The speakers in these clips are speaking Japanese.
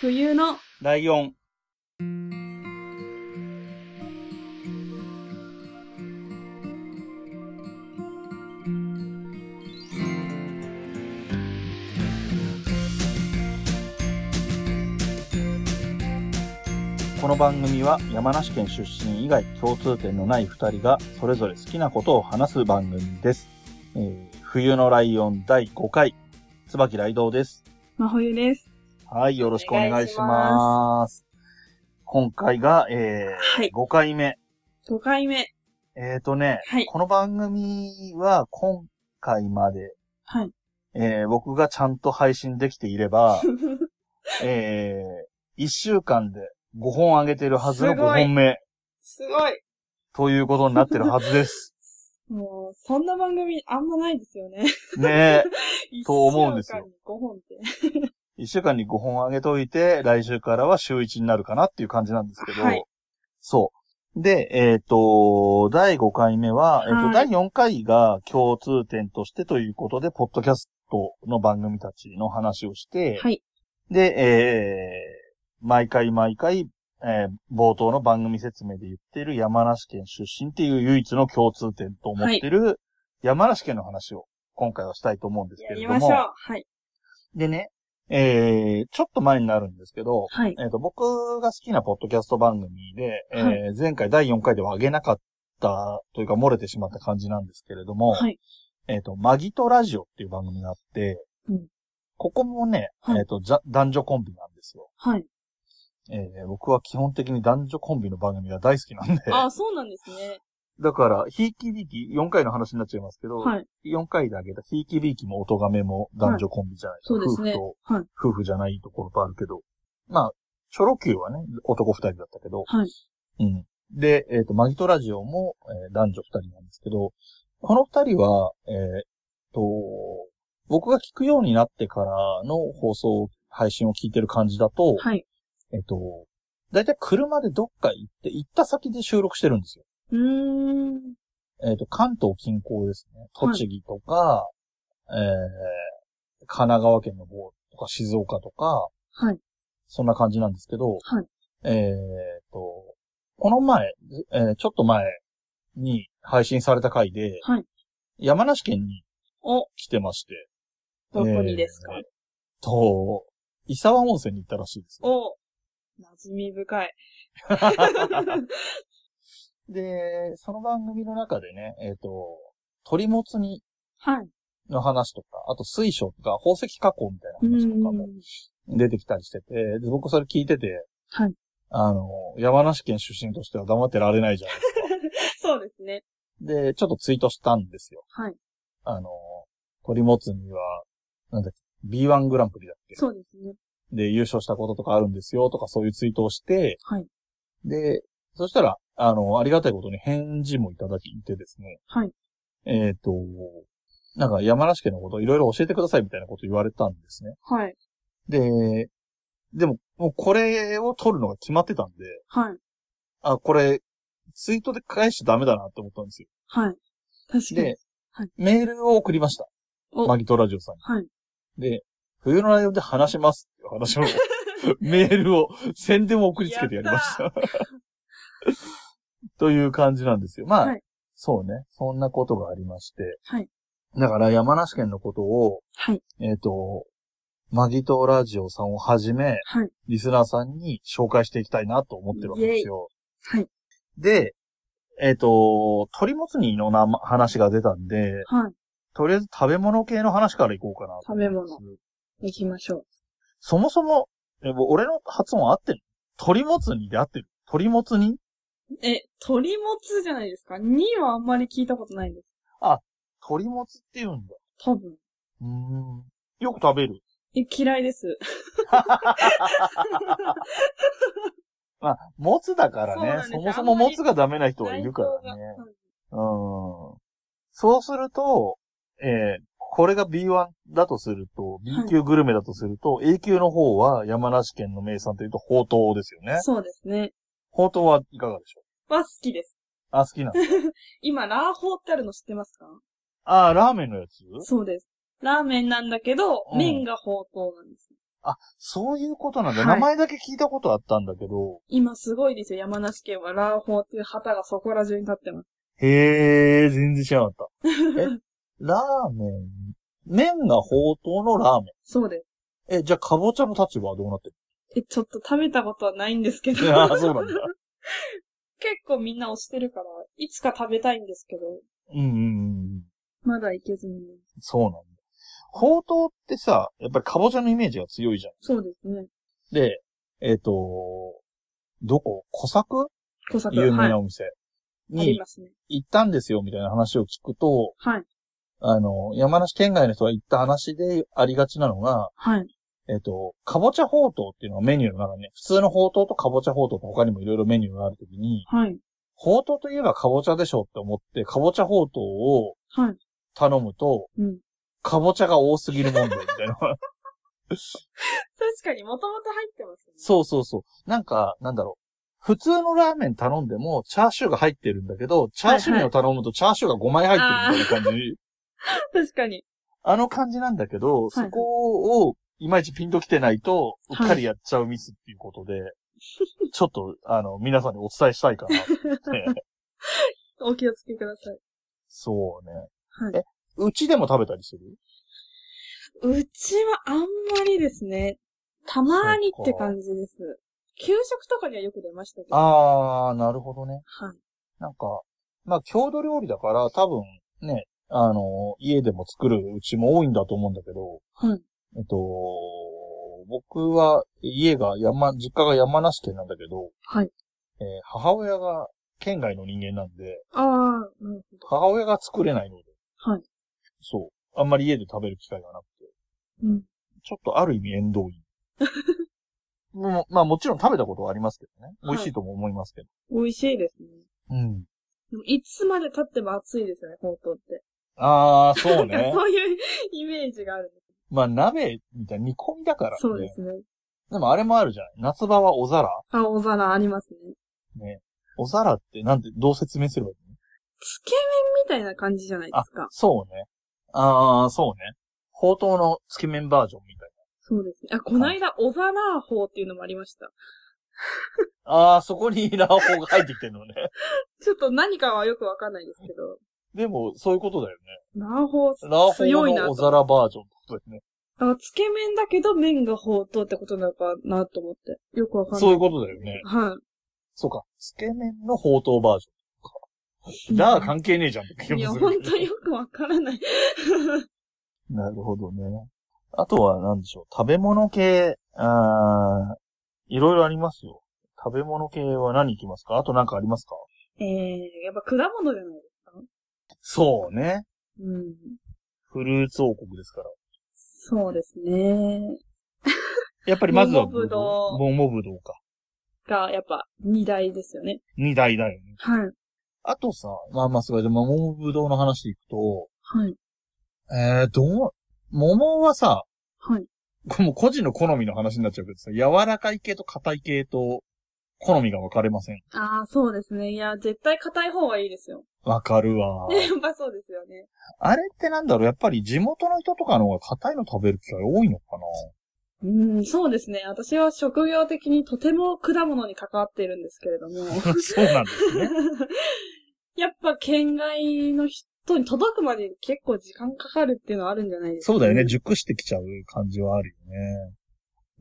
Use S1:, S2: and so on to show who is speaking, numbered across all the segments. S1: 冬の
S2: ライオン。この番組は山梨県出身以外共通点のない2人がそれぞれ好きなことを話す番組です。えー冬のライオン第5回、椿雷道です。
S1: 真冬です。
S2: はい、よろしくお願いします。今回が、え
S1: は
S2: ー、
S1: い。
S2: 5回目。
S1: 5回目。
S2: えーとね、
S1: はい。
S2: この番組は今回まで、
S1: はい。
S2: えー、僕がちゃんと配信できていれ ば、えー、1週間で5本上げてるはずの
S1: すごい
S2: 5本目
S1: すごい。
S2: ということになってるはずです。
S1: もう、そんな番組あんまないですよね。
S2: ねと思うんですよ
S1: 1週間に5本って。
S2: え、1週間に5本上げといて、来週からは週1になるかなっていう感じなんですけど、
S1: はい
S2: そう。で、えっ、と、第5回目は、えっ、
S1: は
S2: と、
S1: い
S2: 第4回が共通点としてということで、ポッドキャストの番組たちの話をして、
S1: はい。
S2: で、えー毎回毎回、えー冒頭の番組説明で言ってる山梨県出身っていう唯一の共通点と思ってる、山梨県の話を今回はしたいと思うんですけ
S1: や
S2: れ
S1: り
S2: ど
S1: ましょう
S2: も。。
S1: はい。
S2: でね、えーちょっと前になるんですけど、
S1: はい。
S2: えっ、と、僕が好きなポッドキャスト番組で、えー
S1: は
S2: 前回第4回では上げなかったというか漏れてしまった感じなんですけれども、
S1: はい。
S2: えっ、と、マギトラジオっていう番組があって、
S1: うん
S2: ここもね、
S1: はい
S2: えっ、と、ざ男女コンビなんですよ。
S1: はい。
S2: えー僕は基本的に男女コンビの番組が大好きなんで、
S1: あ、そうなんですね。
S2: だから、ひいきびいき、4回の話になっちゃいますけど、
S1: はい。
S2: 4回で上げたひいきびいきも音がめも男女コンビじゃないですか。
S1: そうですね
S2: 夫婦と。
S1: はい。
S2: 夫婦じゃないところとあるけど。まあ、チョロ Q はね、男二人だったけど。
S1: はい。
S2: うん。で、えっ、と、マギトラジオも、えー男女二人なんですけど、この二人は、えっ、と、僕が聞くようになってからの放送、配信を聞いてる感じだと、
S1: はい。
S2: えっ、と、だいたい車でどっか行って、行った先で収録してるんですよ。
S1: うーん。
S2: えっ、と、関東近郊ですね。
S1: はい
S2: 栃木とか、えー神奈川県の方とか静岡とか、
S1: はい。
S2: そんな感じなんですけど、
S1: はい
S2: えーっと、この前、えーちょっと前に配信された回で、
S1: はい
S2: 山梨県に
S1: お、
S2: 来てまして、
S1: どこにですか
S2: えーと、伊沢温泉に行ったらしいですよ。
S1: お、馴染み深い。
S2: で、その番組の中でね、えーっと、鳥もつ煮
S1: はい。
S2: の話とか、あと水晶とか宝石加工みたいな
S1: う
S2: 話とかも
S1: ん。
S2: 出てきたりしてて、で僕それ聞いてて、
S1: はい
S2: あの、山梨県出身としては黙ってられないじ ゃないですか。
S1: そうですね。
S2: で、ちょっとツイートしたんですよ。
S1: はい。
S2: あの、鳥もつには、なんだっけ、B1 グランプリだっけ
S1: そうですね。
S2: で、優勝したこととかあるんですよとかそういうツイートをして、
S1: はい。
S2: で、そしたら、あの、ありがたいことに返事もいただきいてですね。
S1: はい。
S2: えっ、と、なんか山梨県のこといろいろ教えてくださいみたいなこと言われたんですね。
S1: はい。
S2: で、でも、もうこれを撮るのが決まってたんで、
S1: はい。
S2: あ、これ、ツイートで返しちゃダメだなって思ったんですよ。
S1: はい。確かに
S2: で。、メールを送りました。
S1: お
S2: マギトラジオさん
S1: はい。
S2: に。で、冬のライオンで話しますっていう話 を、メールを、宣伝を送りつけてやりました。という感じなんですよ。まあ、
S1: はい
S2: そうね。そんなことがありまして。
S1: はい。
S2: だから山梨県のことを、
S1: はい。
S2: えっ、と、マギトラジオさんをはじめ、
S1: はい。
S2: リスナーさんに紹介していきたいなと思ってるわけですよ。
S1: はい。
S2: で、えっ、と、鳥もつ煮のな話が出たんで、
S1: はい。
S2: とりあえず食べ物系の話からいこうかなと思います。
S1: 食行きましょう。
S2: そもそも、え俺の発音合ってる鳥もつ煮で合ってる鳥もつ煮
S1: え、鳥もつじゃないですか ?2 はあんまり聞いたことないです。
S2: 鳥もつって言うんだ。
S1: 多分。
S2: うーん。よく食べる。
S1: え、嫌いです。
S2: まあ、もつだから
S1: そうなん
S2: ね。
S1: です
S2: そ
S1: よ
S2: もそももつがダメな人はいるから
S1: 内
S2: ね。
S1: 臓が
S2: うん。そうすると、えーこれが B1 だとすると、B
S1: はい
S2: 級グルメだとすると、A 級の方は山梨県の名産というと、ほうとうですよ
S1: う
S2: ね
S1: ん。そうですね。
S2: ほうとうはいかがでしょう
S1: は好きです。
S2: あ、好き なんだ。
S1: 今、ラーホーってあるの知ってますか
S2: あー、ラーメンのやつ
S1: そうです。ラーメンなんだけど、
S2: うん
S1: 麺がほうとうなんです。
S2: あ、そういうことなんだ。
S1: はい
S2: 名前だけ聞いたことあったんだけど。
S1: 今すごいですよ、山梨県は。ラーホーっていう旗がそこら中に立ってます。
S2: へえ、全然知らなかった。え、ラーメン、麺がほうとうのラーメ
S1: そうです。
S2: ン。え、じゃあ、かぼちゃの立場はどうなって
S1: え、ちょっと食べたことはないんですけど。
S2: る ああ、そうなんだ。
S1: 結構みんな推してるから、いつか食べたいんですけど、
S2: うんうんうんうん。
S1: まだ行けずに。
S2: そうなんだ。ほうとうってさ、やっぱりかぼちゃのイメージが強いじゃん。
S1: そうですね。
S2: で、えっ、と、どこ小作
S1: 小作
S2: 有名
S1: はい。
S2: な
S1: あ
S2: お店
S1: り
S2: に
S1: ますね。
S2: 行ったんですよ、みたいな話を聞くと、
S1: はい。
S2: あの、山梨県外の人が行った話でありがちなのが、
S1: はい。
S2: えっ、と、かぼちゃほうとうっていうのがメニューの中にね、普通のほうとうとかぼちゃほうとうと他にもいろいろメニューがあるときに、
S1: はい。
S2: ほうとうといえばかぼちゃでしょって思って、かぼちゃほうとうを
S1: はい。
S2: 頼むと、
S1: うん。
S2: かぼちゃが多すぎる問題みたいな。
S1: 確かに、もともと入ってますね。
S2: そうそうそう。なんか、なんだろう。普通のラーメン頼んでも、チャーシューが入ってるんだけど、チャーシュー麺を頼むとチャーシューが5枚入ってるみたいな感じ。
S1: 確かに。
S2: あの感じなんだけど、
S1: はい
S2: そこを、いまいちピンと来てないと、うっかりやっちゃうミスっていうこと で、ちょっと、あの、皆さんにお伝えしたいかなって。
S1: お気をつけください。
S2: そうね。
S1: はい
S2: え、うちでも食べたりする
S1: うちはあんまりですね。たまーにって感じです。給食とかにはよく出ましたけど。は
S2: あー、なるほどね。
S1: い。
S2: なんか、まあ、郷土料理だから、多分、ね、あの、家でも作るうちも多いんだと思うんだけど、
S1: はい。
S2: えっと、僕は家が山、実家が山梨県なんだけど、
S1: はい。
S2: えー母親が県外の人間なんで、
S1: あー、なるほど。
S2: 母親が作れないので、
S1: はい。
S2: そう。あんまり家で食べる機会がなくて、
S1: うん。
S2: ちょっとある意味縁遠い。 もうまあもちろん食べたことはありますけどね。美
S1: はい
S2: 味しいとも思いますけど。
S1: 美味しいですね。
S2: うん。
S1: でもいつまで経っても暑いですよね、ほうとうって。
S2: ああ、そう
S1: なんか
S2: ね。
S1: そういうイメージがあるんです。
S2: まあ鍋みたいな煮込みだからね。
S1: そうですね。
S2: でもあれもあるじゃない。夏場はお皿
S1: あ、お皿ありますね。
S2: ね。お皿ってなんて、どう説明すればいいの
S1: つけ麺みたいな感じじゃないですか。
S2: そうね。ああ、そうね。ほうとうのつけ麺バージョンみたい
S1: そうですね。あ、こないだ、お皿法っていうのもありました。
S2: な。ああ、そこにラーホーが入ってきてるのね。
S1: ちょっと何かはよくわかんないですけど。
S2: でも、そういうことだよ
S1: ラーホ
S2: ね。ラー
S1: ー
S2: ホ
S1: 強い
S2: ー
S1: な
S2: のお
S1: と。
S2: 皿バージョンってことですね。
S1: あ、つけ麺だけど麺がほうとうってことなのかなと思って。よくわかんない。
S2: そういうことだよね。
S1: は
S2: そうか。つけ麺のほうとうバージョ
S1: い。
S2: ン。ラー関係ねえじゃんって気
S1: いや、
S2: がす
S1: ほん
S2: る。
S1: とよくわからない。
S2: なるほどね。あとは何でしょう。食べ物系、あーいろいろありますよ。食べ物系は何いきますかあと何かありますか
S1: えー、やっぱ果物じゃないですか
S2: そうね。
S1: うん。
S2: フルーツ王国ですから。
S1: そうですね。
S2: やっぱりまずは
S1: 桃ぶどう
S2: 桃ぶどうか。
S1: が、やっぱ、二大ですよね。
S2: 二大だよね。
S1: はい。
S2: あとさ、まあまあそれで桃ぶどうの話でいくと、
S1: はい。
S2: えー、どう、桃はさ、
S1: はい。
S2: これもう個人の好みの話になっちゃうけどさ、柔らかい系と硬い系と、好みが分かれません。
S1: ああ、そうですね。いや、絶対硬い方がいいですよ。。
S2: 分かるわ
S1: やっぱそうですよね。
S2: あれってなんだろう、やっぱり地元の人とかの方が硬いの食べる機会多いのかな
S1: うん、そうですね。私は職業的にとても果物に関わっているんですけれども。
S2: そうなんですね。
S1: やっぱ県外の人に届くまで結構時間かかるっていうのはあるんじゃないですか、
S2: そうだよね、。熟してきちゃう感じはあるよね。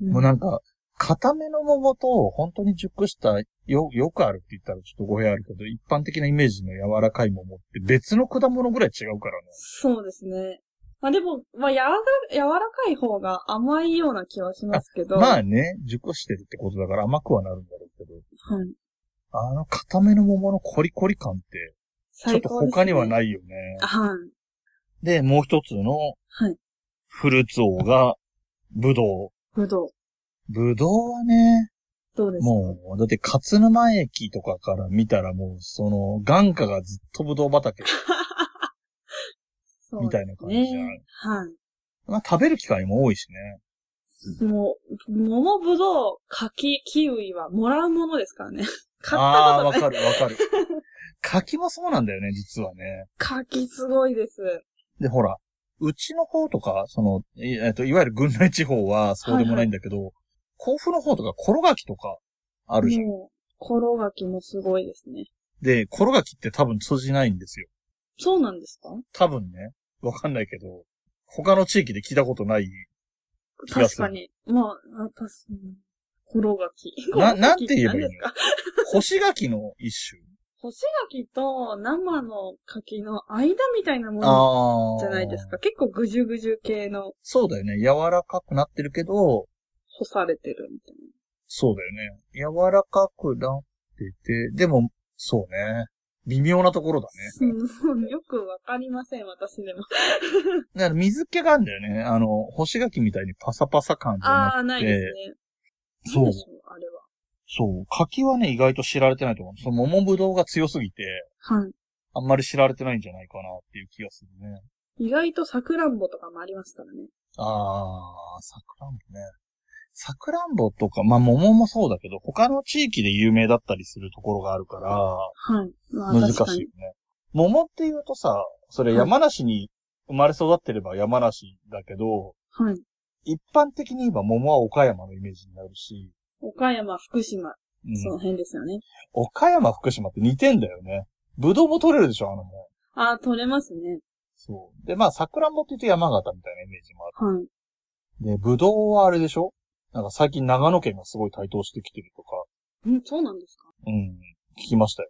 S1: うん
S2: もうなんか、硬めの桃と、本当に熟した、よ、よくあるって言ったらちょっと語弊あるけど、一般的なイメージの柔らかい桃って別の果物ぐらい違うからね。
S1: そうですね。まあでも、まあ、やわら、柔らかい方が甘いような気はしますけど。
S2: ま
S1: はい。
S2: あね、熟してるってことだから甘くはなるんだろうけど、あの固めの桃のコリコリ感って、ちょっ
S1: 最
S2: と
S1: 高です、ね。。
S2: 他にはいないよね。
S1: はい。
S2: でもう一つの
S1: はい。
S2: フルーツ王が、ぶどう。
S1: ぶどう。
S2: ぶどうはね、
S1: どうですか
S2: もう、だって勝沼駅とかから見たらもう、その、眼下がずっとぶどう畑
S1: そう
S2: みたいな感じじゃん。
S1: ねは
S2: まあ食べる機会も多いしね。
S1: い。もう、桃、ぶどう、柿、キウイはもらうものですからね。 買った
S2: ああー、
S1: こと
S2: わ
S1: ない。
S2: かるわかる。 柿もそうなんだよね、実はね。
S1: 柿すごいです。
S2: で、ほら、うちの方とか、その、いえっと、いわゆる軍内地方はそうでもないんだけど、甲府の方とか、コロガキとか、あるじゃん。
S1: もう、転がきもすごいですね。
S2: で、コロガキって多分通じないんですよ。
S1: そうなんですか
S2: 多分ね、わかんないけど、他の地域で聞いたことない。気が
S1: 確
S2: する
S1: かに。まあ、あ確かに。転がき。
S2: ななんて言えばいいの
S1: 何ですか
S2: 干し柿の一 種。
S1: 干し柿と生の柿の間みたいなもの
S2: あ
S1: じゃないです。か。結構ぐじゅぐじゅ系の
S2: そうだよね。柔らかくなってるけど、
S1: 干されてるみたい
S2: そうだよね。柔らかくなってて、でも、そうね。微妙なところだね。
S1: な。うん、 よくわかりません、私でも。
S2: だから水気があるんだよね。あの、干し柿みたいにパサパサ感がな
S1: ああ、ないですね。
S2: そう
S1: なんでしょあれ
S2: そう。柿はね、意外と知られてないと思う。その桃ぶどうが強すぎて、
S1: は。はい。
S2: あんまり知られてないんじゃないかなっていう気がするね。
S1: 意外とサクランボとかもありますからね。
S2: あー、さくらんぼね。さくらんぼとか、まあ、桃もそうだけど、他の地域で有名だったりするところがあるから、
S1: はい。まあ
S2: 難しい
S1: 確か
S2: よ
S1: に
S2: ね。桃って言うとさ、それ山梨に生まれ育ってれば山梨だけど、
S1: はい。
S2: 一般的に言えば桃は岡山のイメージになるし、
S1: 岡山、福島、
S2: うん
S1: その辺ですよね。
S2: 岡山、福島って似てんだよね。ぶどうも取れるでしょ、あの辺。
S1: ああ、取れますね。
S2: そう。で、まあ、桜んぼって言うと山形みたいなイメージもあ
S1: はい。
S2: る。で、ぶどうはあれでしょなんか最近長野県がすごい台頭してきてるとか、
S1: うん、そうなんですか
S2: うん、聞きましたよ。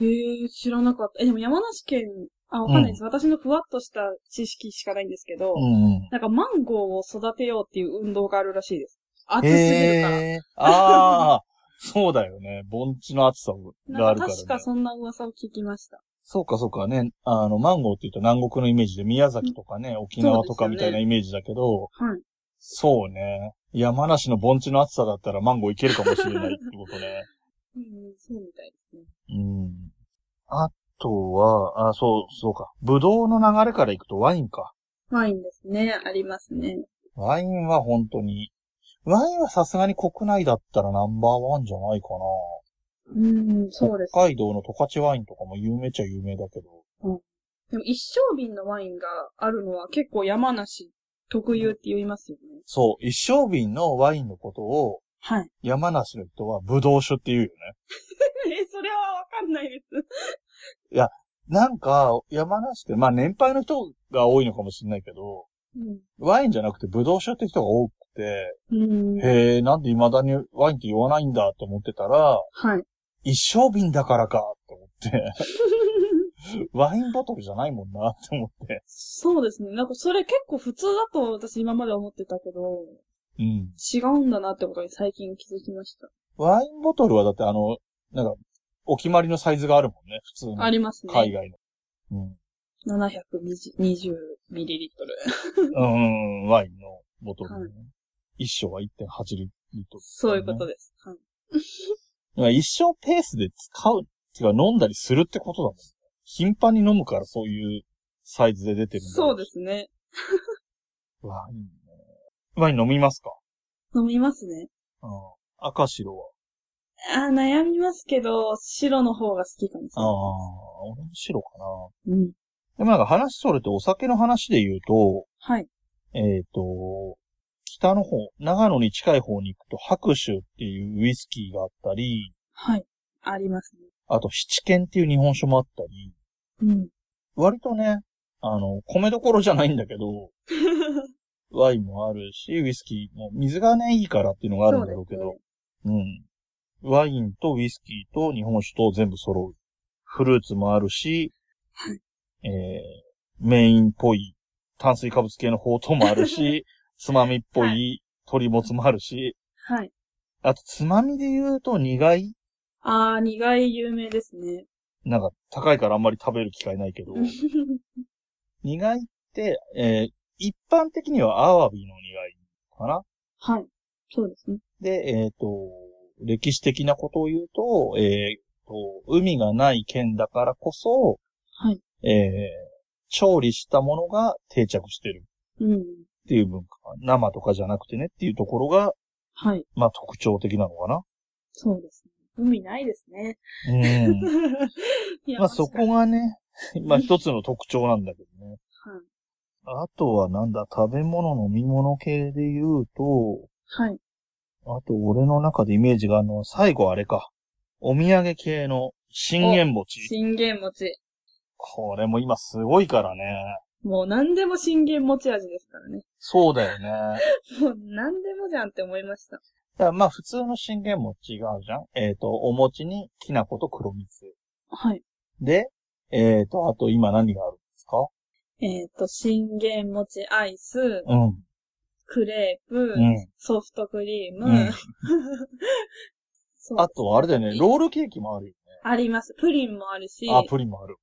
S1: へえ、知らなかった。え、でも山梨県、あ、わかんないです。私のふわっとした知識しかないんですけど、
S2: ん、うん。
S1: なんかマンゴーを育てようっていう運動があるらしいです。暑すぎるから。
S2: えー、ああ、そうだよね。盆地の暑さが
S1: な
S2: あ
S1: ん
S2: る
S1: か
S2: から、ね。
S1: 確かそんな噂を聞きました。
S2: そうかそうかね。あの、マンゴーって言うと南国のイメージで宮崎とかね、沖縄とかみたいなイメージだけど、
S1: はい。
S2: そうね。山梨の盆地の暑さだったらマンゴーいけるかもしれないってことね。
S1: うん、そうみたいですね。
S2: うん。あとは、あ、そう、そうか。ブドウの流れからいくとワインか。
S1: ワインですね。ありますね。
S2: ワインは本当に。ワインはさすがに国内だったらナンバーワンじゃないかな。
S1: うん、そうです。
S2: 北海道の十勝ワインとかも有名っちゃ有名だけど。
S1: でも一升瓶のワインがあるのは結構山梨特有って言いますよね。
S2: そう、一升瓶のワインのことを
S1: はい。
S2: 山梨の人はブドウ酒って言うよね。
S1: え、それはわかんないです。
S2: なんか、山梨って、まあ年配の人が多いのかもしれないけど、
S1: うん。
S2: ワインじゃなくてブドウ酒って人が多くて、
S1: うん。
S2: へえ、なんで未だにワインって言わないんだと思ってたら、
S1: はい。
S2: 一升瓶だからかと思って、 ワインボトルじゃないもんなって思って。
S1: そうですね。なんかそれ結構普通だと私今まで思ってたけど、
S2: うん。
S1: 違うんだなってことに最近気づきました。
S2: ワインボトルはだってあの、なんか、お決まりのサイズがあるもんね、普通の。
S1: ありますね。
S2: 海外の。うん。
S1: 720ミリリットル。
S2: うん、ワインのボトル、ね
S1: はい
S2: 一升は1.8リットル、
S1: そういうことです。はい。
S2: まあ一生ペースで使う、っていうか飲んだりするってことだもん。頻繁に飲むからそういうサイズで出てるんだ。
S1: そうですね。
S2: す。ワインね。ワイン飲みますか
S1: 飲みますね。
S2: うん。赤白は。
S1: あー悩みますけど、白の方が好きかもし
S2: ああ、俺も白かな。
S1: れない。うん。
S2: でもなんか話それてお酒の話で言うと、
S1: はい。
S2: えっ、と、北の方、長野に近い方に行くと白州っていうウイスキーがあったり、
S1: はい。ありますね。
S2: あと七軒っていう日本酒もあったり、
S1: うん。
S2: 割とね、あの、米どころじゃないんだけど、ワインもあるし、ウイスキーも、水がね、いいからっていうのがあるんだろうけど、うん。ワインとウイスキーと日本酒と全部揃う。フルーツもあるし、えー、メインっぽい炭水化物系のほうとうもあ るし、つまみっぽ
S1: はい
S2: 鶏もつもあるし、
S1: はい。
S2: あとつまみで言うと苦い
S1: あー、苦い有名ですね。
S2: なんか高いからあんまり食べる機会ないけど、苦いって、えー、一般的にはアワビの苦いかな
S1: はい。そうですね。
S2: で、えっ、と、歴史的なことを言うと、えっ、と、海がない県だからこそ、
S1: はい。
S2: えー調理したものが定着してる
S1: うん。
S2: っていう文化。生とかじゃなくてねっていうところが、
S1: はい。
S2: まあ特徴的なのかな。
S1: そうですね。海ないですね。
S2: うん。
S1: いや
S2: まあそこがね、まあ一つの特徴なんだけどね。
S1: はい
S2: あとはなんだ、食べ物、飲み物系で言うと、
S1: はい。
S2: あと俺の中でイメージがあるのは、最後あれか。お土産系の信玄餅。
S1: 信玄餅。
S2: これも今すごいからね。
S1: もう何でも信玄餅味ですからね。
S2: そうだよね。
S1: もう何でもじゃんって思いました。
S2: だからまあ普通の信玄餅があるじゃんえっ、と、お餅にきな粉と黒蜜。
S1: はい。
S2: で、えっ、と、あと今何があるんですか
S1: えっ、と、信玄餅アイス、
S2: うん。
S1: クレープ、
S2: うん。
S1: ソフトクリーム、
S2: うん
S1: そう
S2: あとはあれだよね、ロールケーキもあるよ
S1: あります。プリンもあるし、い
S2: ね。あ、
S1: ろ
S2: プリンもある。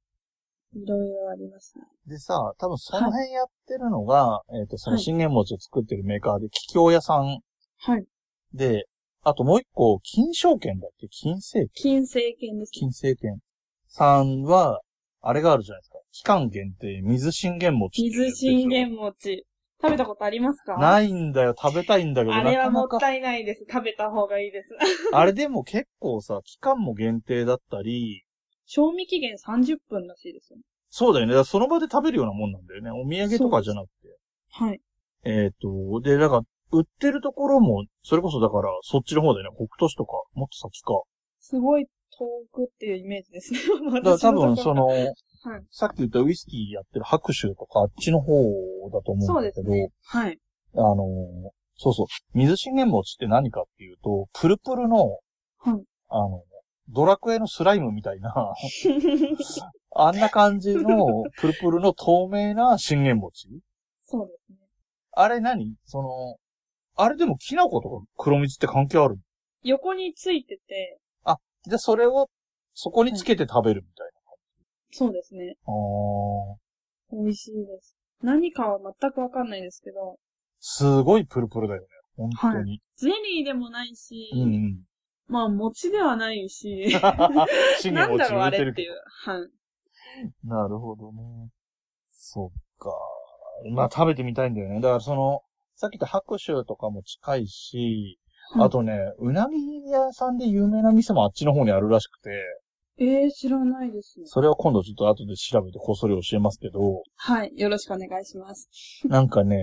S1: いろありますね。
S2: でさ、多分その辺やってるのが、えっ、と、その
S1: はい
S2: 信玄餅を作ってるメーカーで、桔梗屋さん
S1: はい。
S2: で、あともう一個、金賞券だっけ金製
S1: 金星券ですね。
S2: 金星券さんは、あれがあるじゃないですか。期間限定、水信玄餅っていうや
S1: 水
S2: つでしょ。
S1: 信玄餅。食べたことありますか
S2: ないんだよ、食べたいんだけど、
S1: あれはもっ
S2: なかなか。
S1: たいないです。食べた方がいいです。
S2: あれでも結構さ、期間も限定だったり、
S1: 賞味期限30分らしいですよね。
S2: そうだよね。だからその場で食べるようなもんなんだよね。お土産とかじゃなくて。
S1: はい。
S2: えっ、と、で、だから、売ってるところも、それこそだから、そっちの方だよね。北斗市とか、もっと先か。
S1: すごい遠くっていうイメージですね。
S2: だから多分、
S1: 私とこ
S2: そ
S1: ろ
S2: の、さっき言ったウイスキーやってる白州とか、あっちの方だと思
S1: そううんで
S2: だ
S1: す
S2: けど、
S1: ね。はい。
S2: あのーそうそう。水信玄餅って何かっていうと、プルプルの、
S1: はい
S2: あの、ドラクエのスライムみたい な、あんな感じの、プルプルの透明な信玄餅
S1: そうですね。
S2: あれ何その、あれでもきな粉とか黒蜜って関係ある
S1: 横についてて、
S2: で、それを、そこにつけて食べるみたい
S1: そうですね。
S2: な。あー
S1: 美味しいです。何かは全くわかんないですけど、
S2: すごいプルプルだよね。本当に。
S1: ゼリーでもないし、
S2: う んうん。
S1: まあ餅ではないし、
S2: 信
S1: な
S2: 玄
S1: んだ
S2: 餅
S1: ろう
S2: 売
S1: あ
S2: れて
S1: れっ
S2: る
S1: て
S2: け
S1: いう。はい。
S2: ど。なるほどね。そっか。まあ食べてみたいんだよね。だからその、さっき言った白州とかも近いし、
S1: はい
S2: あとね、うなぎ屋さんで有名な店もあっちの方にあるらしくて、
S1: ええー、知らないですね。
S2: それを今度ちょっと後で調べてこっそり教えますけど、
S1: はい。よろしくお願いします。
S2: なんかね、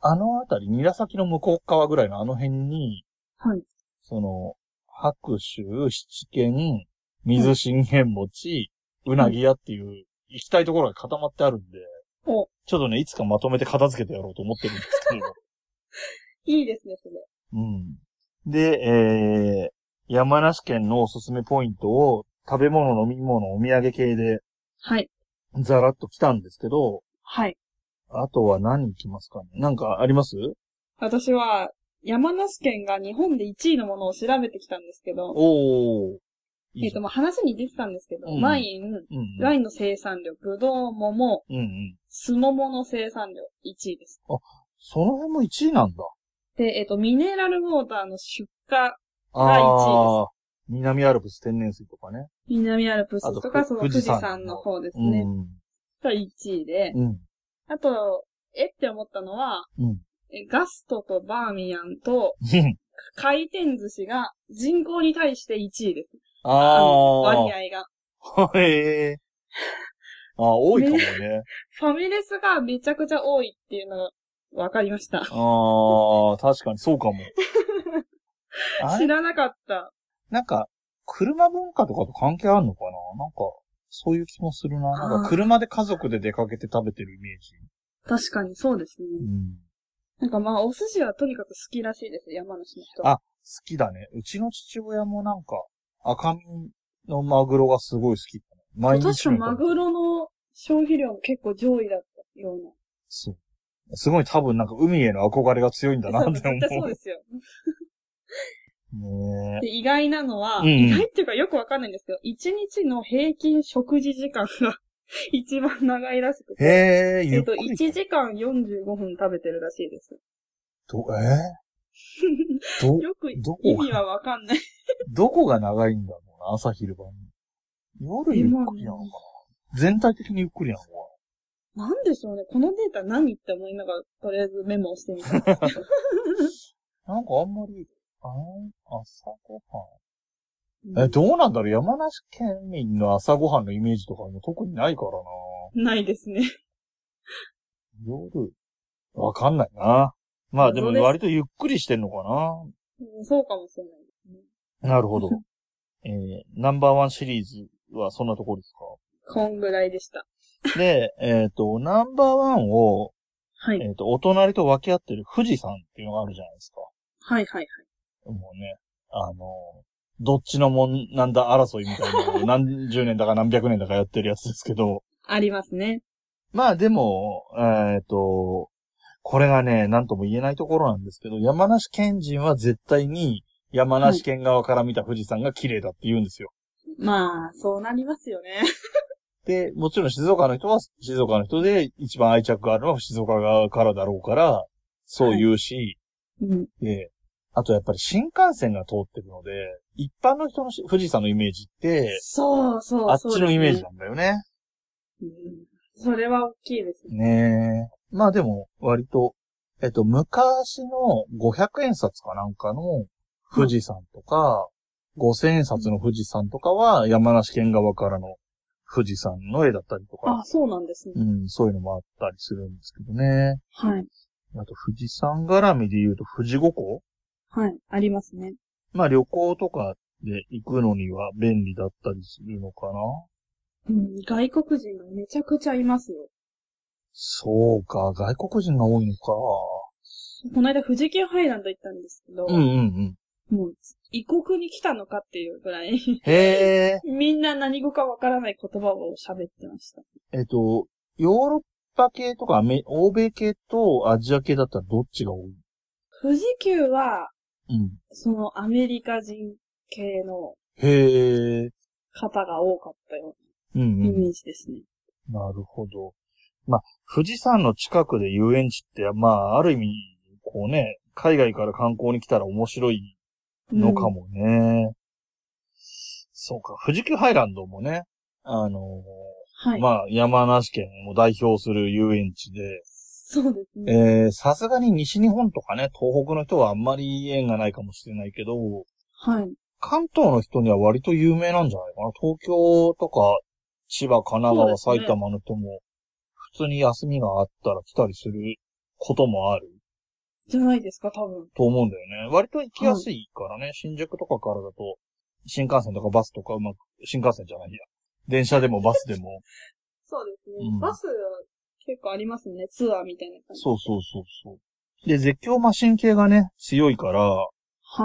S2: あのあたり、韮崎の向こう側ぐらいのあの辺に、
S1: はい。
S2: その、白州、七軒、水信玄餅、うなぎ屋っていう、行きたいところが固まってあるんで、
S1: お
S2: ちょっとね、いつかまとめて片付けてやろうと思ってるんですけ ど、
S1: いいですね、それ。
S2: うん。で、えー、山梨県のおすすめポイントを、食べ物、飲み物、お土産系で、
S1: はい。
S2: ざらっと来たんですけど、
S1: はい。
S2: あとは何行きますかねなんかあります
S1: 私は、山梨県が日本で1位のものを調べてきたんですけど、
S2: おー。い
S1: え
S2: い
S1: っ、
S2: じゃ
S1: と、
S2: ん
S1: まあ、話に出てたんですけど、
S2: うん
S1: ワイン、
S2: うんうん
S1: ワインの生産量、ぶどう、桃、
S2: うんうん。
S1: すももの生産量、1位です。
S2: その辺も1位なんだ。
S1: で、えっ、と、ミネラルウォーターの出荷、が
S2: ああ、南アルプス天然水とかね。
S1: 南アルプスと
S2: あ
S1: か、
S2: と
S1: その
S2: 富
S1: 富
S2: 士
S1: 士
S2: 山
S1: 山の方です
S2: う
S1: ね、
S2: ん。
S1: が1位で、
S2: うん。
S1: あと、えって思ったのは、
S2: うん
S1: えガストとバーミヤンと
S2: うん。
S1: 回転寿司が人口に対して1位です。あの
S2: あ
S1: 割合が。
S2: あ。へえ。ああ、多いかもね。
S1: ファミレスがめちゃくちゃ多いっていうのが分かりました。
S2: ああ、確かにそうか も。あ
S1: 知
S2: れ
S1: らなかった。
S2: なんか、車文化とかと関係あるのかななんか、そういう気もするな。なん
S1: あ
S2: か、
S1: ー
S2: 車で家族で出かけて食べてるイメージ。
S1: 確かにそうです
S2: う
S1: ね。
S2: ん。
S1: なんかまあ、お寿司はとにかく好きらしいです、山梨の人。
S2: あ好きだね。うちの父親もなんか、赤身のマグロがすごい好き。毎日のように
S1: 確かマグロの消費量も結構上位だったような。
S2: そう。すごい多分なんか海への憧れが強いんだなって思
S1: 絶対そう
S2: う。
S1: ですよ。
S2: ねえ。
S1: で意外なのは、
S2: うん
S1: 意外っていうかよくわかんないんですけど、1日の平均食事時間が 一番長いらしくて。
S2: へえ、
S1: え
S2: ゆっ
S1: っと、
S2: くり。
S1: 1時間45分食べてるらしいです。
S2: ど、えーど、
S1: よく意
S2: どこ
S1: 味はわかんない。
S2: どこが長いんだろうな、朝昼晩。夜ゆっくりなのかな全体的にゆっくりなのか
S1: なんでしょうね。このデータ何って思いながら、とりあえずメモをしてみた。
S2: ななんかあんまり、あー朝ごは ん。え、どうなんだろう山梨県民の朝ごはんのイメージとかも特にないからな。
S1: ないですね。
S2: 夜わかんないな。まあでも
S1: そうです
S2: 割とゆっくりしてんのか
S1: うんそうかもしれないですね。
S2: な。なるほど。 えー、ナンバーワンシリーズはそんなところです
S1: こんぐらいでした。
S2: か。で、えっ、と、ナンバーワンを、
S1: は
S2: えっ
S1: い。、
S2: と、お隣と分け合ってる富士山っていうのがあるじゃないですか。
S1: はいはいはい。
S2: もうね、あの、どっちのもんなんだ争いみたいなのを何十年だか何百年だかやってるやつですけど、
S1: ありますね。
S2: まあでも、えっ、と、これがね、なんとも言えないところなんですけど、山梨県人は絶対に山梨県側から見た富士山が綺麗だって言うんですよ。
S1: まあ、そうなりますよね。
S2: で、もちろん静岡の人は静岡の人で一番愛着があるのは静岡側からだろうから、そう言うし、
S1: うん。
S2: で、あとやっぱり新幹線が通ってるので、一般の人のし富士山のイメージって、
S1: そうそう、
S2: あっ
S1: そうで
S2: ちの
S1: すね
S2: イメージなんだよね。
S1: うんそれは大きいですね。
S2: ねえ。まあでも、割と、えっと、昔の500円札かなんかの富士山とか、5000円札の富士山とかは山梨県側からの富士山の絵だったりとか
S1: あ、、そうなんですね。
S2: うん、そういうのもあったりするんですけどね。
S1: はい。
S2: あと、富士山絡みで言うと富士五湖
S1: はい。ありますね。
S2: まあ旅行とかで行くのには便利だったりするのかな
S1: うん。外国人がめちゃくちゃいますよ。
S2: そうか、外国人が多いのか。
S1: この間、富士急ハイランド行ったんですけど、
S2: うんうんうん。
S1: もう、異国に来たのかっていうぐらい、
S2: へえ。
S1: みんな何語かわからない言葉を喋ってました。
S2: えっと、ヨーロッパ系とかアメ、欧米系とアジア系だったらどっちが多い
S1: 富士急は、
S2: うん。
S1: そのアメリカ人系の
S2: へえ。
S1: 方が多かったよ
S2: うん、う
S1: うなイ
S2: ん。
S1: メージですね。
S2: なるほど。まあ、富士山の近くで遊園地って、まあ、ある意味、こうね、海外から観光に来たら面白いのかもね。そうか。富士急ハイランドもね、あの
S1: うん。はい。
S2: まあ、山梨県を代表する遊園地で、
S1: そうですね。
S2: えー、さすがに西日本とかね、東北の人はあんまり縁がないかもしれないけど、
S1: はい。
S2: 関東の人には割と有名なんじゃないかな。東京とか、千葉、神奈川、
S1: そうですね
S2: 埼玉の人も、普通に休みがあったら来たりすることもある
S1: じゃないですか、多分。
S2: と思うんだよね。割と行きやすいからね、新宿とかからだと、新幹線とかバスとかうまく、新幹線じゃないや。電車でもバスでも。
S1: そうですね。
S2: うん
S1: バス、結構ありますね。ツアーみたいな感じ。
S2: そうそうそうそう。で、絶叫マシン系がね、強いから、
S1: は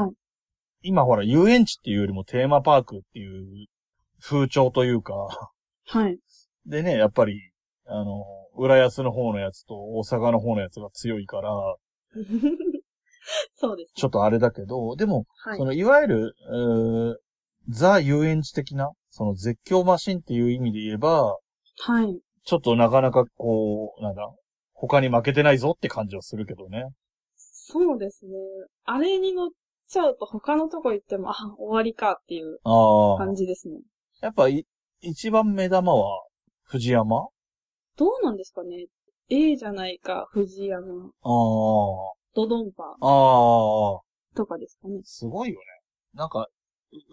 S1: い。
S2: 今ほら遊園地っていうよりもテーマパークっていう風潮というか、
S1: はい。
S2: でね、やっぱり、あの、浦安の方のやつと大阪の方のやつが強いから、
S1: そうです。
S2: ちょっとあれだけど、でも、
S1: はい
S2: そ。の、いわゆる、うーザ遊園地的な、その絶叫マシンっていう意味で言えば、
S1: はい。
S2: ちょっとなかなかこう、なんだ、他に負けてないぞって感じはするけどね。
S1: そうですね。あれに乗っちゃうと他のとこ行っても、あ、終わりかっていう
S2: ああ
S1: 感。じですね。
S2: やっぱい、一番目玉は、藤山
S1: どうなんですかね ?A じゃないか、藤山、
S2: ああ。
S1: ドドンパ
S2: ああ。
S1: とかですかね。
S2: すごいよね。なんか、う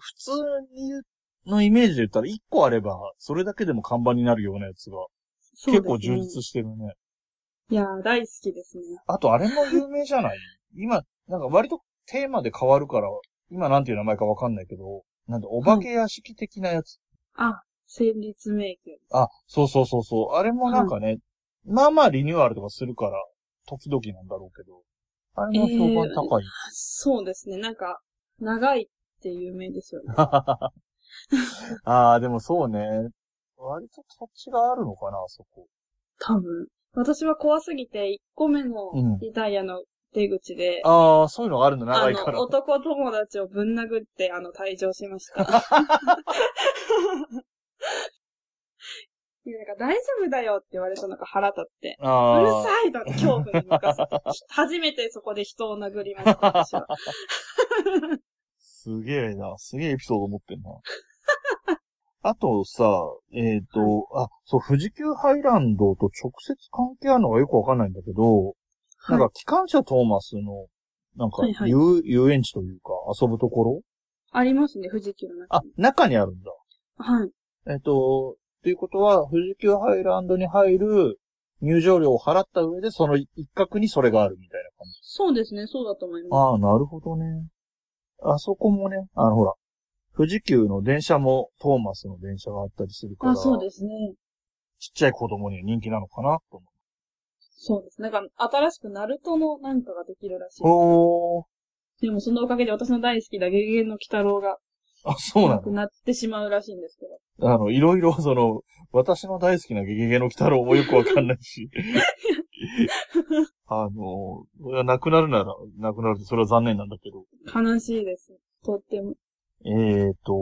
S2: 普通に言う、のイメージで言ったら1個あれば、それだけでも看板になるようなやつが、
S1: そうですね
S2: 結構充実してるね。
S1: いやー、大好きですね。
S2: あと、あれも有名じゃない今、なんか割とテーマで変わるから、今なんていう名前かわかんないけど、なんだ、お化け屋敷的なやつ。
S1: あ、戦慄迷宮。
S2: あ、そうそうそうそう。あれもなんかね、まあまあリニューアルとかするから、時々なんだろうけど、あれも評判高い。
S1: あそうですね。なんか、長いって有名ですよね。
S2: あ あー、でもそうね。割と土地があるのかな、あそこ。
S1: 多分。私は怖すぎて、1個目の
S2: うん
S1: リタイアの出口で、
S2: ああ、そういうのがあるの、長
S1: あ
S2: いから
S1: の、。男友達をぶん殴って、あの、退場しました。 いや、なんか大丈夫だよって言われたのが腹立って。うる
S2: あ
S1: さいと恐怖に向かせて、初めてそこで人を殴りました、私は。
S2: すげえな。すげえエピソード持 ってんな。あとさ、えっ、と、あ、そう、富士急ハイランドと直接関係あるのがよくわかんないんだけど、 なん
S1: は
S2: か機関車トーマスの、なんか
S1: はいはい
S2: 遊、遊園地というか遊ぶところ
S1: ありますね、富士急の中
S2: あ
S1: に。、
S2: 中にあるんだ。
S1: はい。
S2: えっ、と、ということは、富士急ハイランドに入る入場料を払った上で、その一角にそれがあるみたいな感じ。
S1: そうですね、そうだと思います。
S2: ああ、なるほどね。あそこもね、あの、ほら、富士急の電車もトーマスの電車があったりするから、
S1: あ、そうですね。
S2: ちっちゃい子供には人気なのかなと思
S1: そうです。なんか、新しくナルトのなんかができるらしい。
S2: う。おー。
S1: でも、そのおかげで私の大好きなゲゲゲの鬼太郎が、
S2: あ、そうな
S1: な
S2: の
S1: くなってしまうらしいんですけど。
S2: あの、いろいろ、 その、私の大好きなゲゲゲの鬼太郎もよくわかんないし。あの、なくなるなら、なくなるって、それは残念なんだけど。
S1: 悲しいです。とっても。
S2: えーと、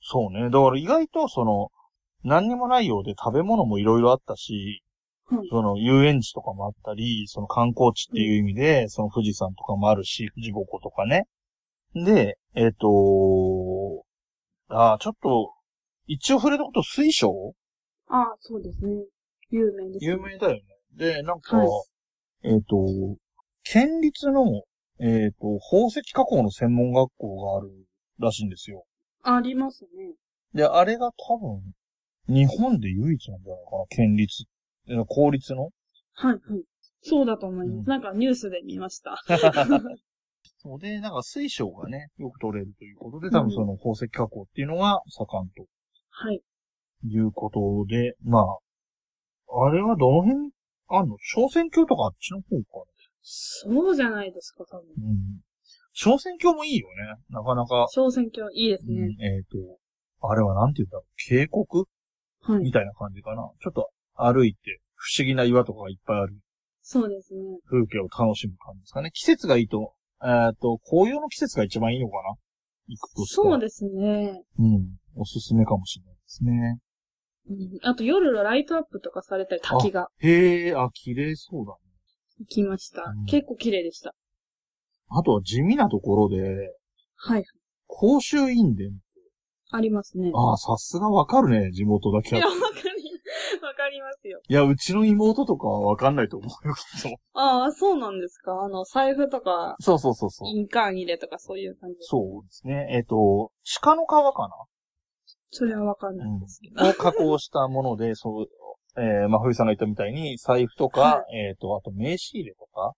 S2: そうね。だから意外と、その、何にもないようで食べ物もいろいろあったし、
S1: はい
S2: その遊園地とかもあったり、その観光地っていう意味で、その富士山とかもあるし、富士五湖とかね。で、えっ、と、あーちょっと、一応触れたこと水晶
S1: ああ、そうですね。有名です、ね。
S2: 有名だよね。で、なんか、
S1: はい。
S2: えっ、と、県立の、えっ、と、宝石加工の専門学校があるらしいんですよ。
S1: ありますね。
S2: で、あれが多分、日本で唯一なんじゃないかな、県立。え公立の
S1: はい、はい。そうだと思います。
S2: うん
S1: なんかニュースで見ました。
S2: そうで、なんか水晶がね、よく取れるということで、多分その宝石加工っていうのが盛んと
S1: はい。
S2: いうことで、まあ、あれはどの辺あんの小選挙とかあっちの方か
S1: そうじゃないですか、多分。
S2: なうん。小選挙もいいよね。なかなか。
S1: 小選挙、いいです
S2: うん
S1: ね。
S2: えっ、と、あれはなんて言うんだろう。渓谷
S1: はい。
S2: みたいな感じかな。ちょっと歩いて、不思議な岩とかがいっぱいある
S1: そうですね。
S2: 風景を楽しむ感じですかね。季節がいいと、えっ、と、紅葉の季節が一番いいのかな行くとしたら
S1: そうですね。
S2: うん。おすすめかもしれないですね。
S1: うん、あと夜のライトアップとかされたり、滝が
S2: へえ、あ、綺麗そうだね。
S1: 行きました
S2: うん。
S1: 結構綺麗でした。
S2: あとは地味なところで、
S1: はい。
S2: 公衆院伝。
S1: ありますね。
S2: ああ、さすがわかるね、地元だ
S1: い
S2: けあっ
S1: や、
S2: て
S1: わかり、 わかりますよ。
S2: いや、うちの妹とかはわかんないと思うよ、 きっと。
S1: ああ、そうなんですかあの、財布とか、
S2: そうそうそうそう。
S1: 印鑑入れとかそういう感じ。
S2: そうですね。えっ、と、鹿の皮か
S1: それはわかん
S2: な、
S1: ないですけど。
S2: を加工したもので、そう、えー、まふいさんが言ったみたいに、財布とか、
S1: は
S2: えっ、と、あと名刺入れとか。
S1: は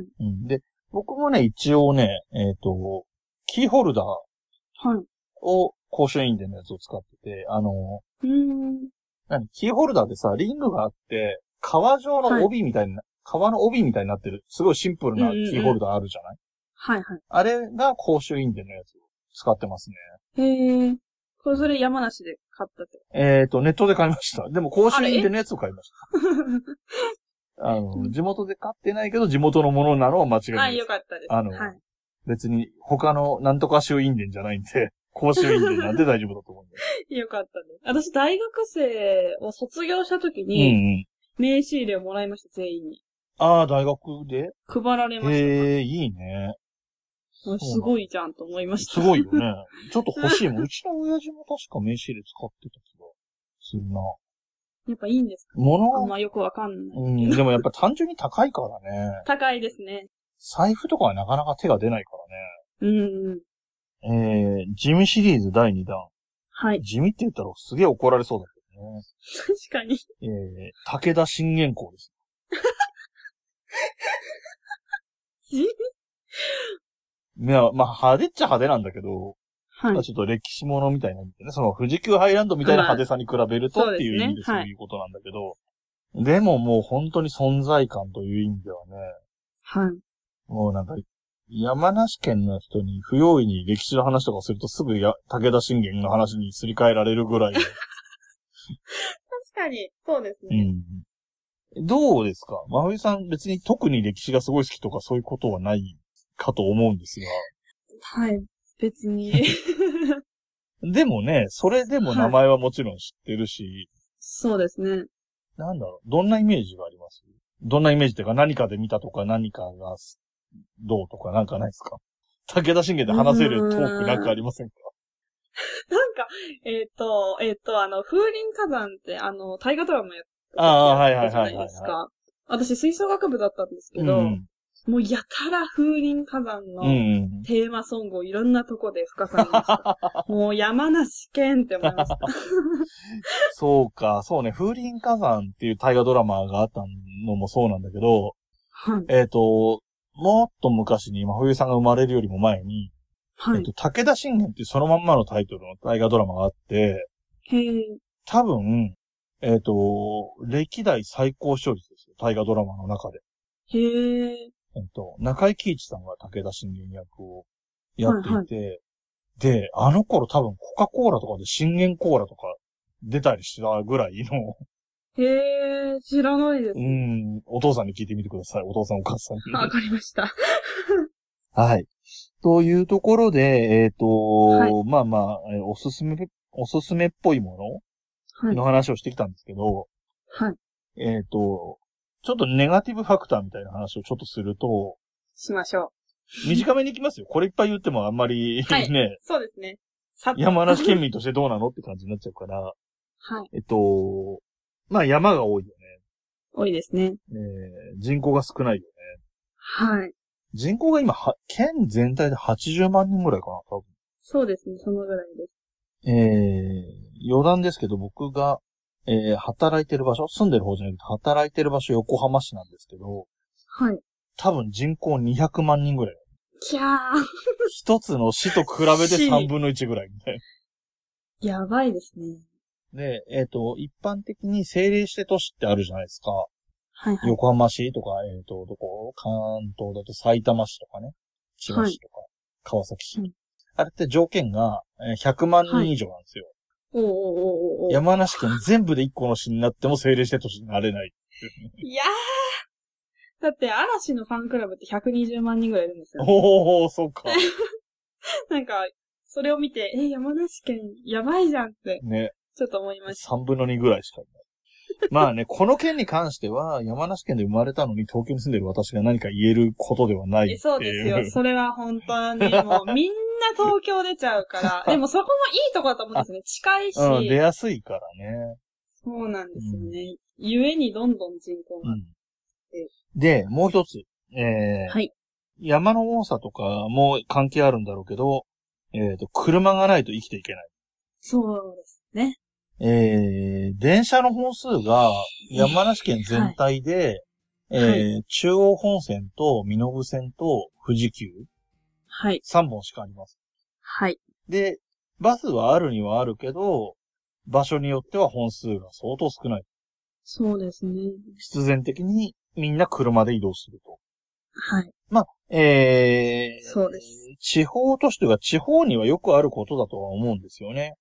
S1: い。
S2: うん。で、僕もね、一応ね、えっ、と、キーホルダー
S1: はい。
S2: を公衆院でのやつを使ってて、あの、
S1: うーん。
S2: 何キーホルダーでさ、リングがあって、革状の帯みたいな、革の帯みたいになってる、すごいシンプルな
S1: うんうんうん
S2: キーホルダーあるじゃない、
S1: はいは
S2: あれが公衆院でのやつを使ってますね。
S1: い。へえ。これそれ山梨で買ったって。
S2: えっ、と、ネットで買いました。でも公衆院でのやつを買いました。あ
S1: う
S2: の、
S1: ん
S2: 地元で買ってないけど、地元のものなのは間違い
S1: あ、
S2: ないで
S1: よ
S2: す。
S1: かったです。
S2: あの
S1: はい。
S2: 別に、他のなんとか衆院伝じゃないんで、公衆院伝なんで大丈夫だと思うんだよ。
S1: よかったです。私、大学生を卒業した時
S2: うん
S1: に、
S2: うん。
S1: 名刺入れをもらいました、全員に。
S2: ああ、大学で
S1: 配られまし
S2: へえ、いいね。
S1: た。すごいじゃんと思いました。
S2: すごい よね。ちょっと欲しいもん。うちの親父も確か名刺入れ使ってた気がするな。
S1: やっぱいいんですかあん
S2: 物が、
S1: まよくわかんない。
S2: うん、でもやっぱ単純に高いからね。
S1: 高いですね。
S2: 財布とかはなかなか手が出ないか
S1: うんうん。
S2: らね。えー、地味シリーズ第2弾。
S1: はい。
S2: 地味って言ったらすげえ怒られそうだけどね。
S1: 確か に。
S2: えー、武田信玄公です。
S1: 地味
S2: いや、まあ派手っちゃ派手なんだけど、
S1: はい。
S2: ちょっと歴史ものみたいなんでね、その富士急ハイランドみたいな派手さに比べると
S1: まあ
S2: っていう意味でそ
S1: そうですね
S2: ういうことなんだけど、でももう本当に存在感という意味ではね、
S1: はい。
S2: もうなんか、山梨県の人に不用意に歴史の話とかをするとすぐや武田信玄の話にすり替えられるぐらい。
S1: 確かに、そうです
S2: う
S1: ね。
S2: ん、どうですかまふいさん別に特に歴史がすごい好きとかそういうことはないかと思うんですが。
S1: はい。別 に。
S2: でもね、それでも名前はもちろん知ってるし、
S1: そうですね。
S2: なんだろう、どんなイメージがありますどんなイメージっていうか、何かで見たとか、何かがす、どうとか、なんかないですか武田信玄で話せるトークなんかありませんか
S1: なんか、えっ、と、えっ、と、あの、風林火山って、あの、大河ドラマやって
S2: ああ、はいはい
S1: たじゃ
S2: は
S1: ないい
S2: は
S1: で
S2: い
S1: すか。私、吹奏楽部だったんですけど、
S2: うん
S1: もうやたら風林火山
S2: うん
S1: の
S2: うん。
S1: テーマソングをいろんなとこで吹かされま した。もう山梨県って思いました。
S2: そうか、そうね、風林火山っていう大河ドラマがあったのもそうなんだけど、
S1: はい。
S2: えっ、と、もっと昔に、真冬さんが生まれるよりも前に、
S1: は
S2: えっ
S1: い。
S2: と、武田信玄っていうそのまんまのタイトルの大河ドラマがあって、
S1: へえ。
S2: 多分、えっ、と、歴代最高勝率ですよ、大河ドラマの中で。
S1: へえ。
S2: えっと、中井貴一さんが武田信玄役をやっていて、で、あの頃多分コカ・コーラとかで信玄コーラとか出たりしてたぐらい の、
S1: へえ、知らないです
S2: う。ん、お父さんに聞いてみてください。お父さんお 母さんに。
S1: あわかりました。
S2: はい。というところで、えっ、と、
S1: はい
S2: まあまあ、えーおすすめ、おすすめっぽいも
S1: は
S2: の
S1: い。
S2: の話をしてきたんですけど、
S1: はい。
S2: えっ、と、ちょっとネガティブファクターみたいな話をちょっとす ると、
S1: しましょ
S2: 短めにいきますよ。これいっぱい言ってもあんまり、
S1: はい
S2: ね、
S1: う。そうですね。 さっと
S2: 山梨県民としてどうなのって感じになっちゃうから、
S1: はい。
S2: えっと、まあ山が多いよ
S1: 多いですね。
S2: ね。えー人口が少ないよね。
S1: はい。
S2: 人口が今は、県全体で80万人ぐらいかな、多
S1: そうですね。そのぐらいです。
S2: 分。えー、余談ですけど僕が、えー、働いてる場所、住んでる方じゃなくて働いてる場所横浜市なんですけど、
S1: はい。
S2: 多分人口200万人ぐらい。
S1: キャー。
S2: 一つの市と比べて3分の1ぐらいみたいな。
S1: やばいですね。
S2: で、えっ、と、一般的に政令指定都市ってあるじゃないですか。
S1: はいはい。
S2: 横浜市とか、えっ、と、どこ関東だと埼玉市とかね。千葉市とか、川崎市。
S1: うん
S2: あれって条件がえー100万人以上なんですよ。
S1: おうおうおうおうおう。
S2: 山梨県全部で1個の市になっても政令指定都市にな れない。
S1: いやー。だって、嵐のファンクラブって120万人ぐらいいるんですよ。
S2: おー、そう か。
S1: なんか、それを見て、え、山梨県やばいじゃんって、
S2: ね。
S1: ちょっと思いまし
S2: 3分の2ぐらいしかいない。まあね、この件に関しては、山梨県で生まれたのに東京に住んでる私が何か言えることではな
S1: た。
S2: い
S1: え
S2: って
S1: そうです
S2: い
S1: よ。
S2: う。
S1: それは本当に、もうみんな東京出ちゃう から。でもそこもいいとこだと思うんですよね。近いし、
S2: うん、出やすいからね。
S1: そうなんですよね。ゆえにどんどん人口
S2: う
S1: が。
S2: ん。で、もう一つ。えー
S1: はい
S2: 山の多さとかも関係あるんだろうけど、えっ、と、車がないと生きていけない。
S1: そうですね。
S2: えー、電車の本数が山梨県全体で、えー
S1: は
S2: 中央本線と身延線と富士急
S1: はい。
S2: 3本しかあります。
S1: はい。
S2: で、バスはあるにはあるけど、場所によっては本数が相当少ない。
S1: そうですね。
S2: 必然的にみんな車で移動すると。
S1: はい。
S2: えー、
S1: そうです。
S2: 地方都市というか地方にはよくあることだとは思うんですよね。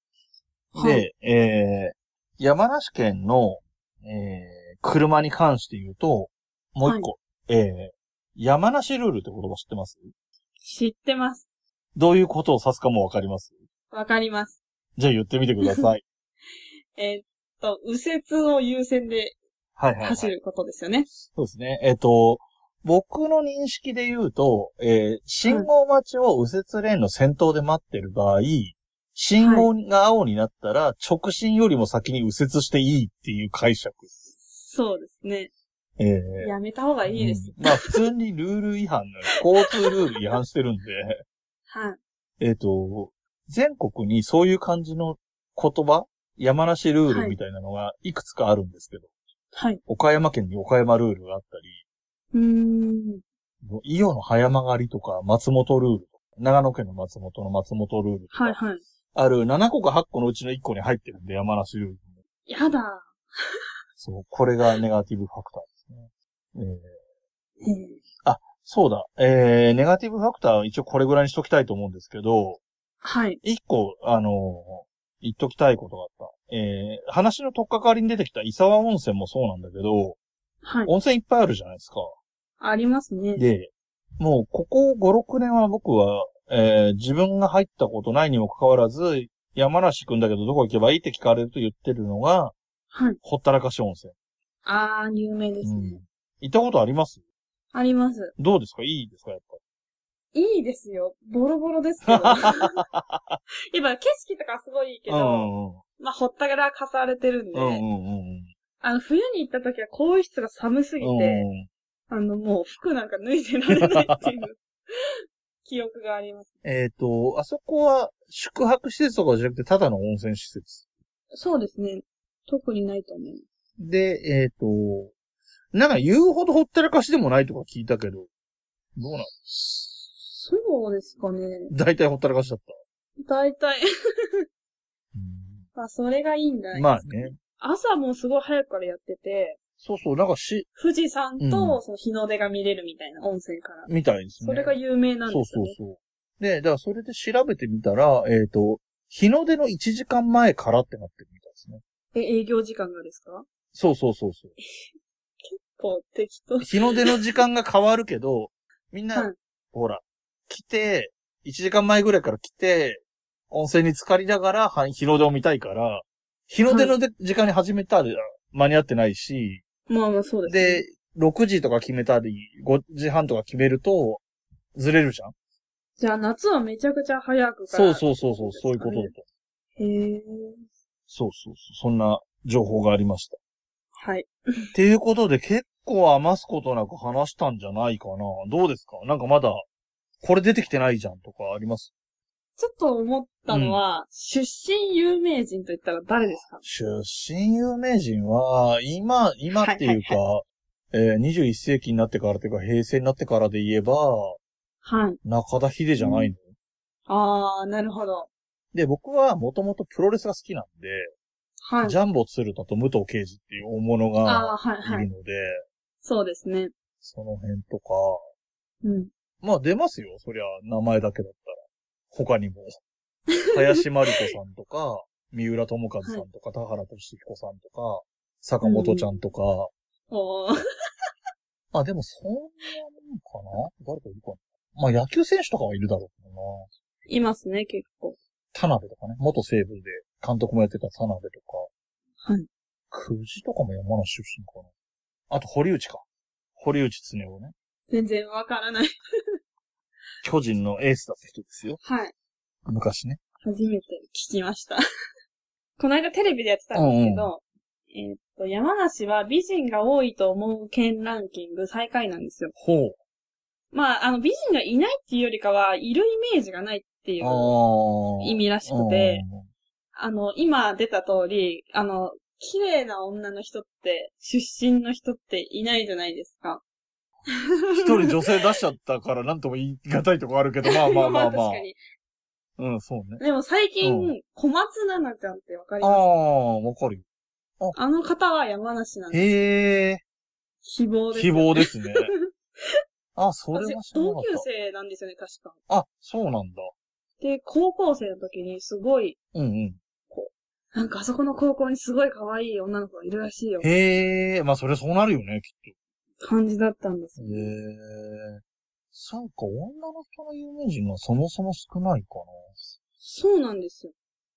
S1: は
S2: で、えー、山梨県の、えー、車に関して言うと、もう一個、えー、山梨ルールって言葉知ってます
S1: 知ってます。
S2: どういうことを指すかもわかります
S1: わかります。
S2: じゃあ言ってみてく ださい。
S1: えーっと、右折を優先で
S2: はいはい、はい。
S1: 走
S2: そう
S1: ることですよね。
S2: ですね。えっ、と、僕の認識で言うと、えー、信号待ちを右折レーンの先頭で待ってる場合、信号が青になったら、直進よりも先に右折していいっていう解釈。
S1: そうですね。
S2: えー、
S1: やめた方がいいです。
S2: うんまあ普通にルール違反なの交通ルール違反してるんで、
S1: はい。
S2: えっと、全国にそういう感じの言葉、山梨ルールみたいなのがいくつかあるんですけど、
S1: はい。
S2: 岡山県に岡山ルールがあったり、
S1: うーん。
S2: 伊予の葉山狩りとか松本ルールとか、長野県の松本の松本ルールとか、
S1: はいはい。
S2: ある7個か8個のうちの1個に入ってるんで、山梨ルールも。
S1: やだ。
S2: そう、これがネガティブファクターですね。えー
S1: えー
S2: そうだ。えー、ネガティブファクターは一応これぐらいにしときたいと思うんですけど、
S1: はい。
S2: 一個、あのー言っときたいことがあった。えー、話のとっかかりに出てきた伊沢温泉もそうなんだけど、
S1: はい。
S2: 温泉いっぱいあるじゃないですか。
S1: ありますね。
S2: で、もうここ5、6年は僕は、えー自分が入ったことないにもかかわらず、山梨くんだけどどこ行けばいいって聞かれると言ってるのが、
S1: はい。
S2: ほったらかし温泉。
S1: あー、有名です
S2: う
S1: ね
S2: ん。。行ったことあります
S1: あります。
S2: どうですかいいですかやっぱ
S1: いいですよ。ボロボロです けど。やっぱ景色とかすごいいいけ
S2: り。
S1: ど、
S2: うんうん
S1: まあ、ほったらかされてるんで、
S2: うん。うんうんうん
S1: あの、冬に行った時は更衣室が寒すぎて、
S2: うんうん。
S1: あの、もう服なんか脱いでられないっていう 記憶があります。
S2: えっ、と、あそこは宿泊施設とかじゃなくて、ただの温泉施設。
S1: そうですね。特にないと思います。
S2: で、えっ、と、なんか言うほどほったらかしでもないとか聞いたけど、どうなの
S1: そうですかね。
S2: 大体ほったらかしだった。
S1: 大体。 あ、それがいいんだ。
S2: まあね。
S1: 朝もすごい早くからやってて、
S2: そうそう、なんかし、
S1: 富士山
S2: う
S1: とその日の出が見れるみたいな温泉から。
S2: みたいですね。
S1: それが有名なん
S2: そう
S1: です
S2: そ
S1: よ
S2: う
S1: ね。
S2: そう。で、だからそれで調べてみたら、えっ、と、日の出の1時間前からってなってるみたいですね。
S1: え、営業時間がですか
S2: そうそうそうそう。
S1: こう、適当。
S2: 日の出の時間が変わるけど、みんな、
S1: はい
S2: ほら、来て、1時間前ぐらいから来て、温泉に浸かりながら、は日の出を見たいから、日の出ので、時間に始めたら間に合ってないし、
S1: まあまあそうです、ね。
S2: で、6時とか決めたり、5時半とか決めると、ずれるじゃん
S1: じゃあ夏はめちゃくちゃ早くから。
S2: そうそうそうそう、そういうことだと。
S1: う。へえ。
S2: そうそうそう、そんな情報がありました。
S1: はい。
S2: っていうことで結構余すことなく話したんじゃないかな。どうですかなんかまだ、これ出てきてないじゃんとかあります
S1: ちょっと思ったのは、出身有名人と言ったら誰ですか
S2: 出身有名人は、今、今っていうか、えー21世紀になってからというか、平成になってからで言えば、
S1: はい。
S2: 中田秀じゃないの、
S1: あー、なるほど。
S2: で、僕はもともとプロレスが好きなんで、
S1: はい。
S2: ジャンボ鶴田と武藤敬司っていう大物が
S1: あー、はい
S2: い
S1: は
S2: る
S1: い。
S2: ので、
S1: そうですね。
S2: その辺とか、
S1: うん。
S2: まあ出ますよ、そりゃ、名前だけだったら。他 にも。林真理子さんとか、三浦智和さんとか、田原俊彦さんとか、坂本ちゃんとか、
S1: おー。
S2: あ、でもそんなもんかな誰かいるかなまあ野球選手とかはいるだろうけどな。
S1: いますね、結構。
S2: 田辺とかね。元西武で監督もやってた田辺とか。
S1: はい。
S2: 久慈とかも山梨出身かな。あと堀内か。堀内恒夫ね。
S1: 全然わからない。
S2: 巨人のエースだった人ですよ。
S1: はい。
S2: 昔ね。
S1: 初めて聞きました。 この間テレビでやってたんですけど、えーっと、山梨は美人が多いと思う県ランキング最下位なんですよ。
S2: ほ。
S1: まあ、あの、美人がいないっていうよりかは、いるイメージがないっていうう
S2: ああ。
S1: 意味らしくて、あの、今出た通り、あの、綺麗な女の人って、出身の人っていないじゃないですか。
S2: うん。一 人女性出しちゃったからなんとも言い難いとこあるけど、まあまあまあまあ
S1: 確か。に。
S2: うん、そうね。
S1: でも最近、
S2: う
S1: 小松菜奈ちゃんってわかり
S2: あ
S1: ます
S2: あ、わかるよ。
S1: あの方は山梨なんです。
S2: へえ、
S1: 希望です。
S2: 希望で すね。あ、それ
S1: 私
S2: は知らなか
S1: 同
S2: っ
S1: 級
S2: た。
S1: 生なんですよね、確か。
S2: あ、そうなんだ。
S1: で、高校生の時にすごい、
S2: うんうん。
S1: なんかあそこの高校にすごい可愛い女の子がいるらしいよ。
S2: へえ、まあそれそうなるよね、きっ
S1: 感じだったんです
S2: と。
S1: よ
S2: へ。え。そうか、女の人の有名人がそもそも少ないか
S1: そうなんですよ。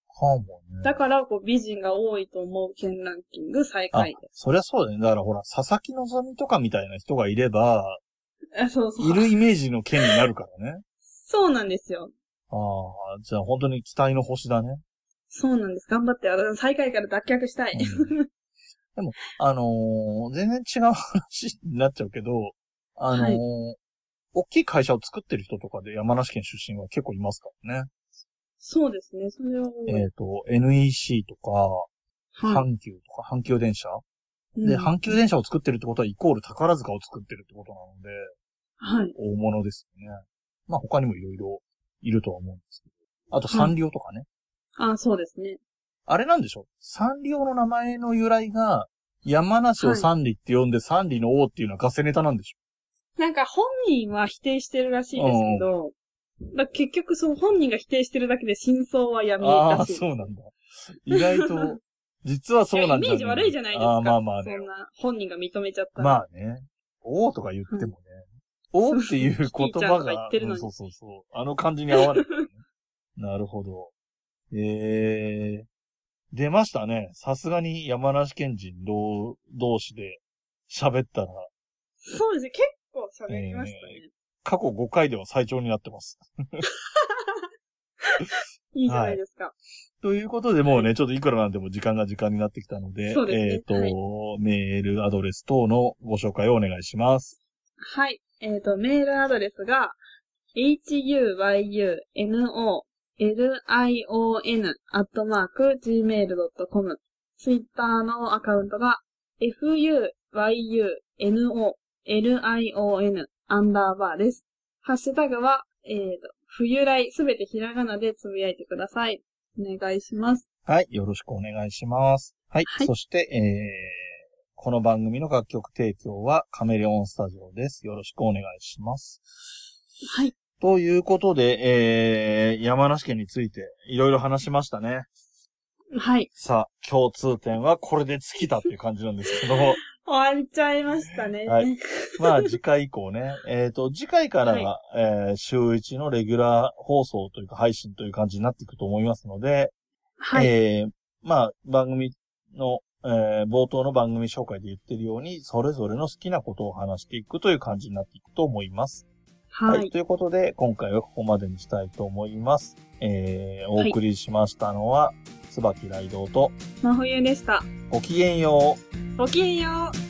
S2: な。かもね。
S1: だから、こう、美人が多いと思う県ランキング最下位
S2: あ、そりゃそうだね。だからほら、佐々木希とかみたいな人がいれば、
S1: あそうそう。
S2: いるイメージの件になるからね。
S1: そうなんですよ。
S2: ああ、じゃあ本当に期待の星だね。
S1: そうなんです。頑張って、あの最下位から脱却したい。
S2: うんでも、あのー全然違う話になっちゃうけど、あの
S1: は
S2: ー
S1: い
S2: 大きい会社を作ってる人とかで山梨県出身は結構いますからね。
S1: そうですね、それは多い。
S2: えっ、と、NEC とか、
S1: はい
S2: 阪急とか、阪急電車、
S1: うん
S2: で、阪急電車を作ってるってことはイコール宝塚を作ってるってことな
S1: は
S2: ので、
S1: い。
S2: 大物ですよね。まあ他にもいろいろいるとは思うんですけど。あとサンリオとかね。
S1: あ、そうですね。
S2: あれなんでしょサンリオの名前の由来が、山梨をサンリって呼んで、サンリの王っていうのはガセネタなんでしょ
S1: なんか本人は否定してるらしいですけど、だ結局その本人が否定してるだけで真相は闇
S2: あ
S1: ら
S2: あ、
S1: しい。
S2: そうなんだ。意外 と、実はそうなんだ、
S1: イメージ悪いじゃないです
S2: あ
S1: か。
S2: あまあまあ
S1: そ
S2: ね。
S1: んな本人が認めちゃったら。
S2: まあね。王とか言ってもね。王っていう言
S1: キティちゃん
S2: 葉
S1: とか言
S2: が
S1: っ、てるのに
S2: そうそうそう。あの感じに合わない、 なるほど。ええ出ましたね。さすがに山梨県人同同士で喋ったら、
S1: そうですね。結構喋りましたね。
S2: 過去5回では最長になってます。
S1: いいじゃないですか。
S2: ということで、もうね、ちょっといくらなんでも時間が時間になってきたので、
S1: そうですね
S2: えっ、と、
S1: はい
S2: メールアドレス等のご紹介をお願いします。
S1: はい。えっ、と、メールアドレスが、huyuno,lion, アットマーク、gmail.com。ツイッターのアカウントが、fuyuno, lion, アンダーバーです。ハッシュタグは、えっ、と、冬来、すべてひらがなでつぶやいてください。お願いします。
S2: はい、よろしくお願いします。はい、
S1: はい
S2: そして、えー、この番組の楽曲提供はカメレオンスタジオです。よろしくお願いします。
S1: はい。
S2: ということで、えー、山梨県についていろいろ話しましたね。
S1: はい。
S2: さあ、共通点はこれで尽きたっていう感じなんですけど、
S1: 終わりちゃいましたね。
S2: はい まあ次回以降ね、えっ、と、次回からが、えー週1のレギュラー放送というか配信という感じになっていくと思いますので、
S1: はい。
S2: えーまあ、番組の、えー冒頭の番組紹介で言ってるように、それぞれの好きなことを話していくという感じになっていくと思います。
S1: はい。
S2: ということで、今回はここまでにしたいと思います。えーお送りしましたのは、椿雷道と、
S1: 真冬でした。
S2: ごきげんよう。
S1: ごきげんよう。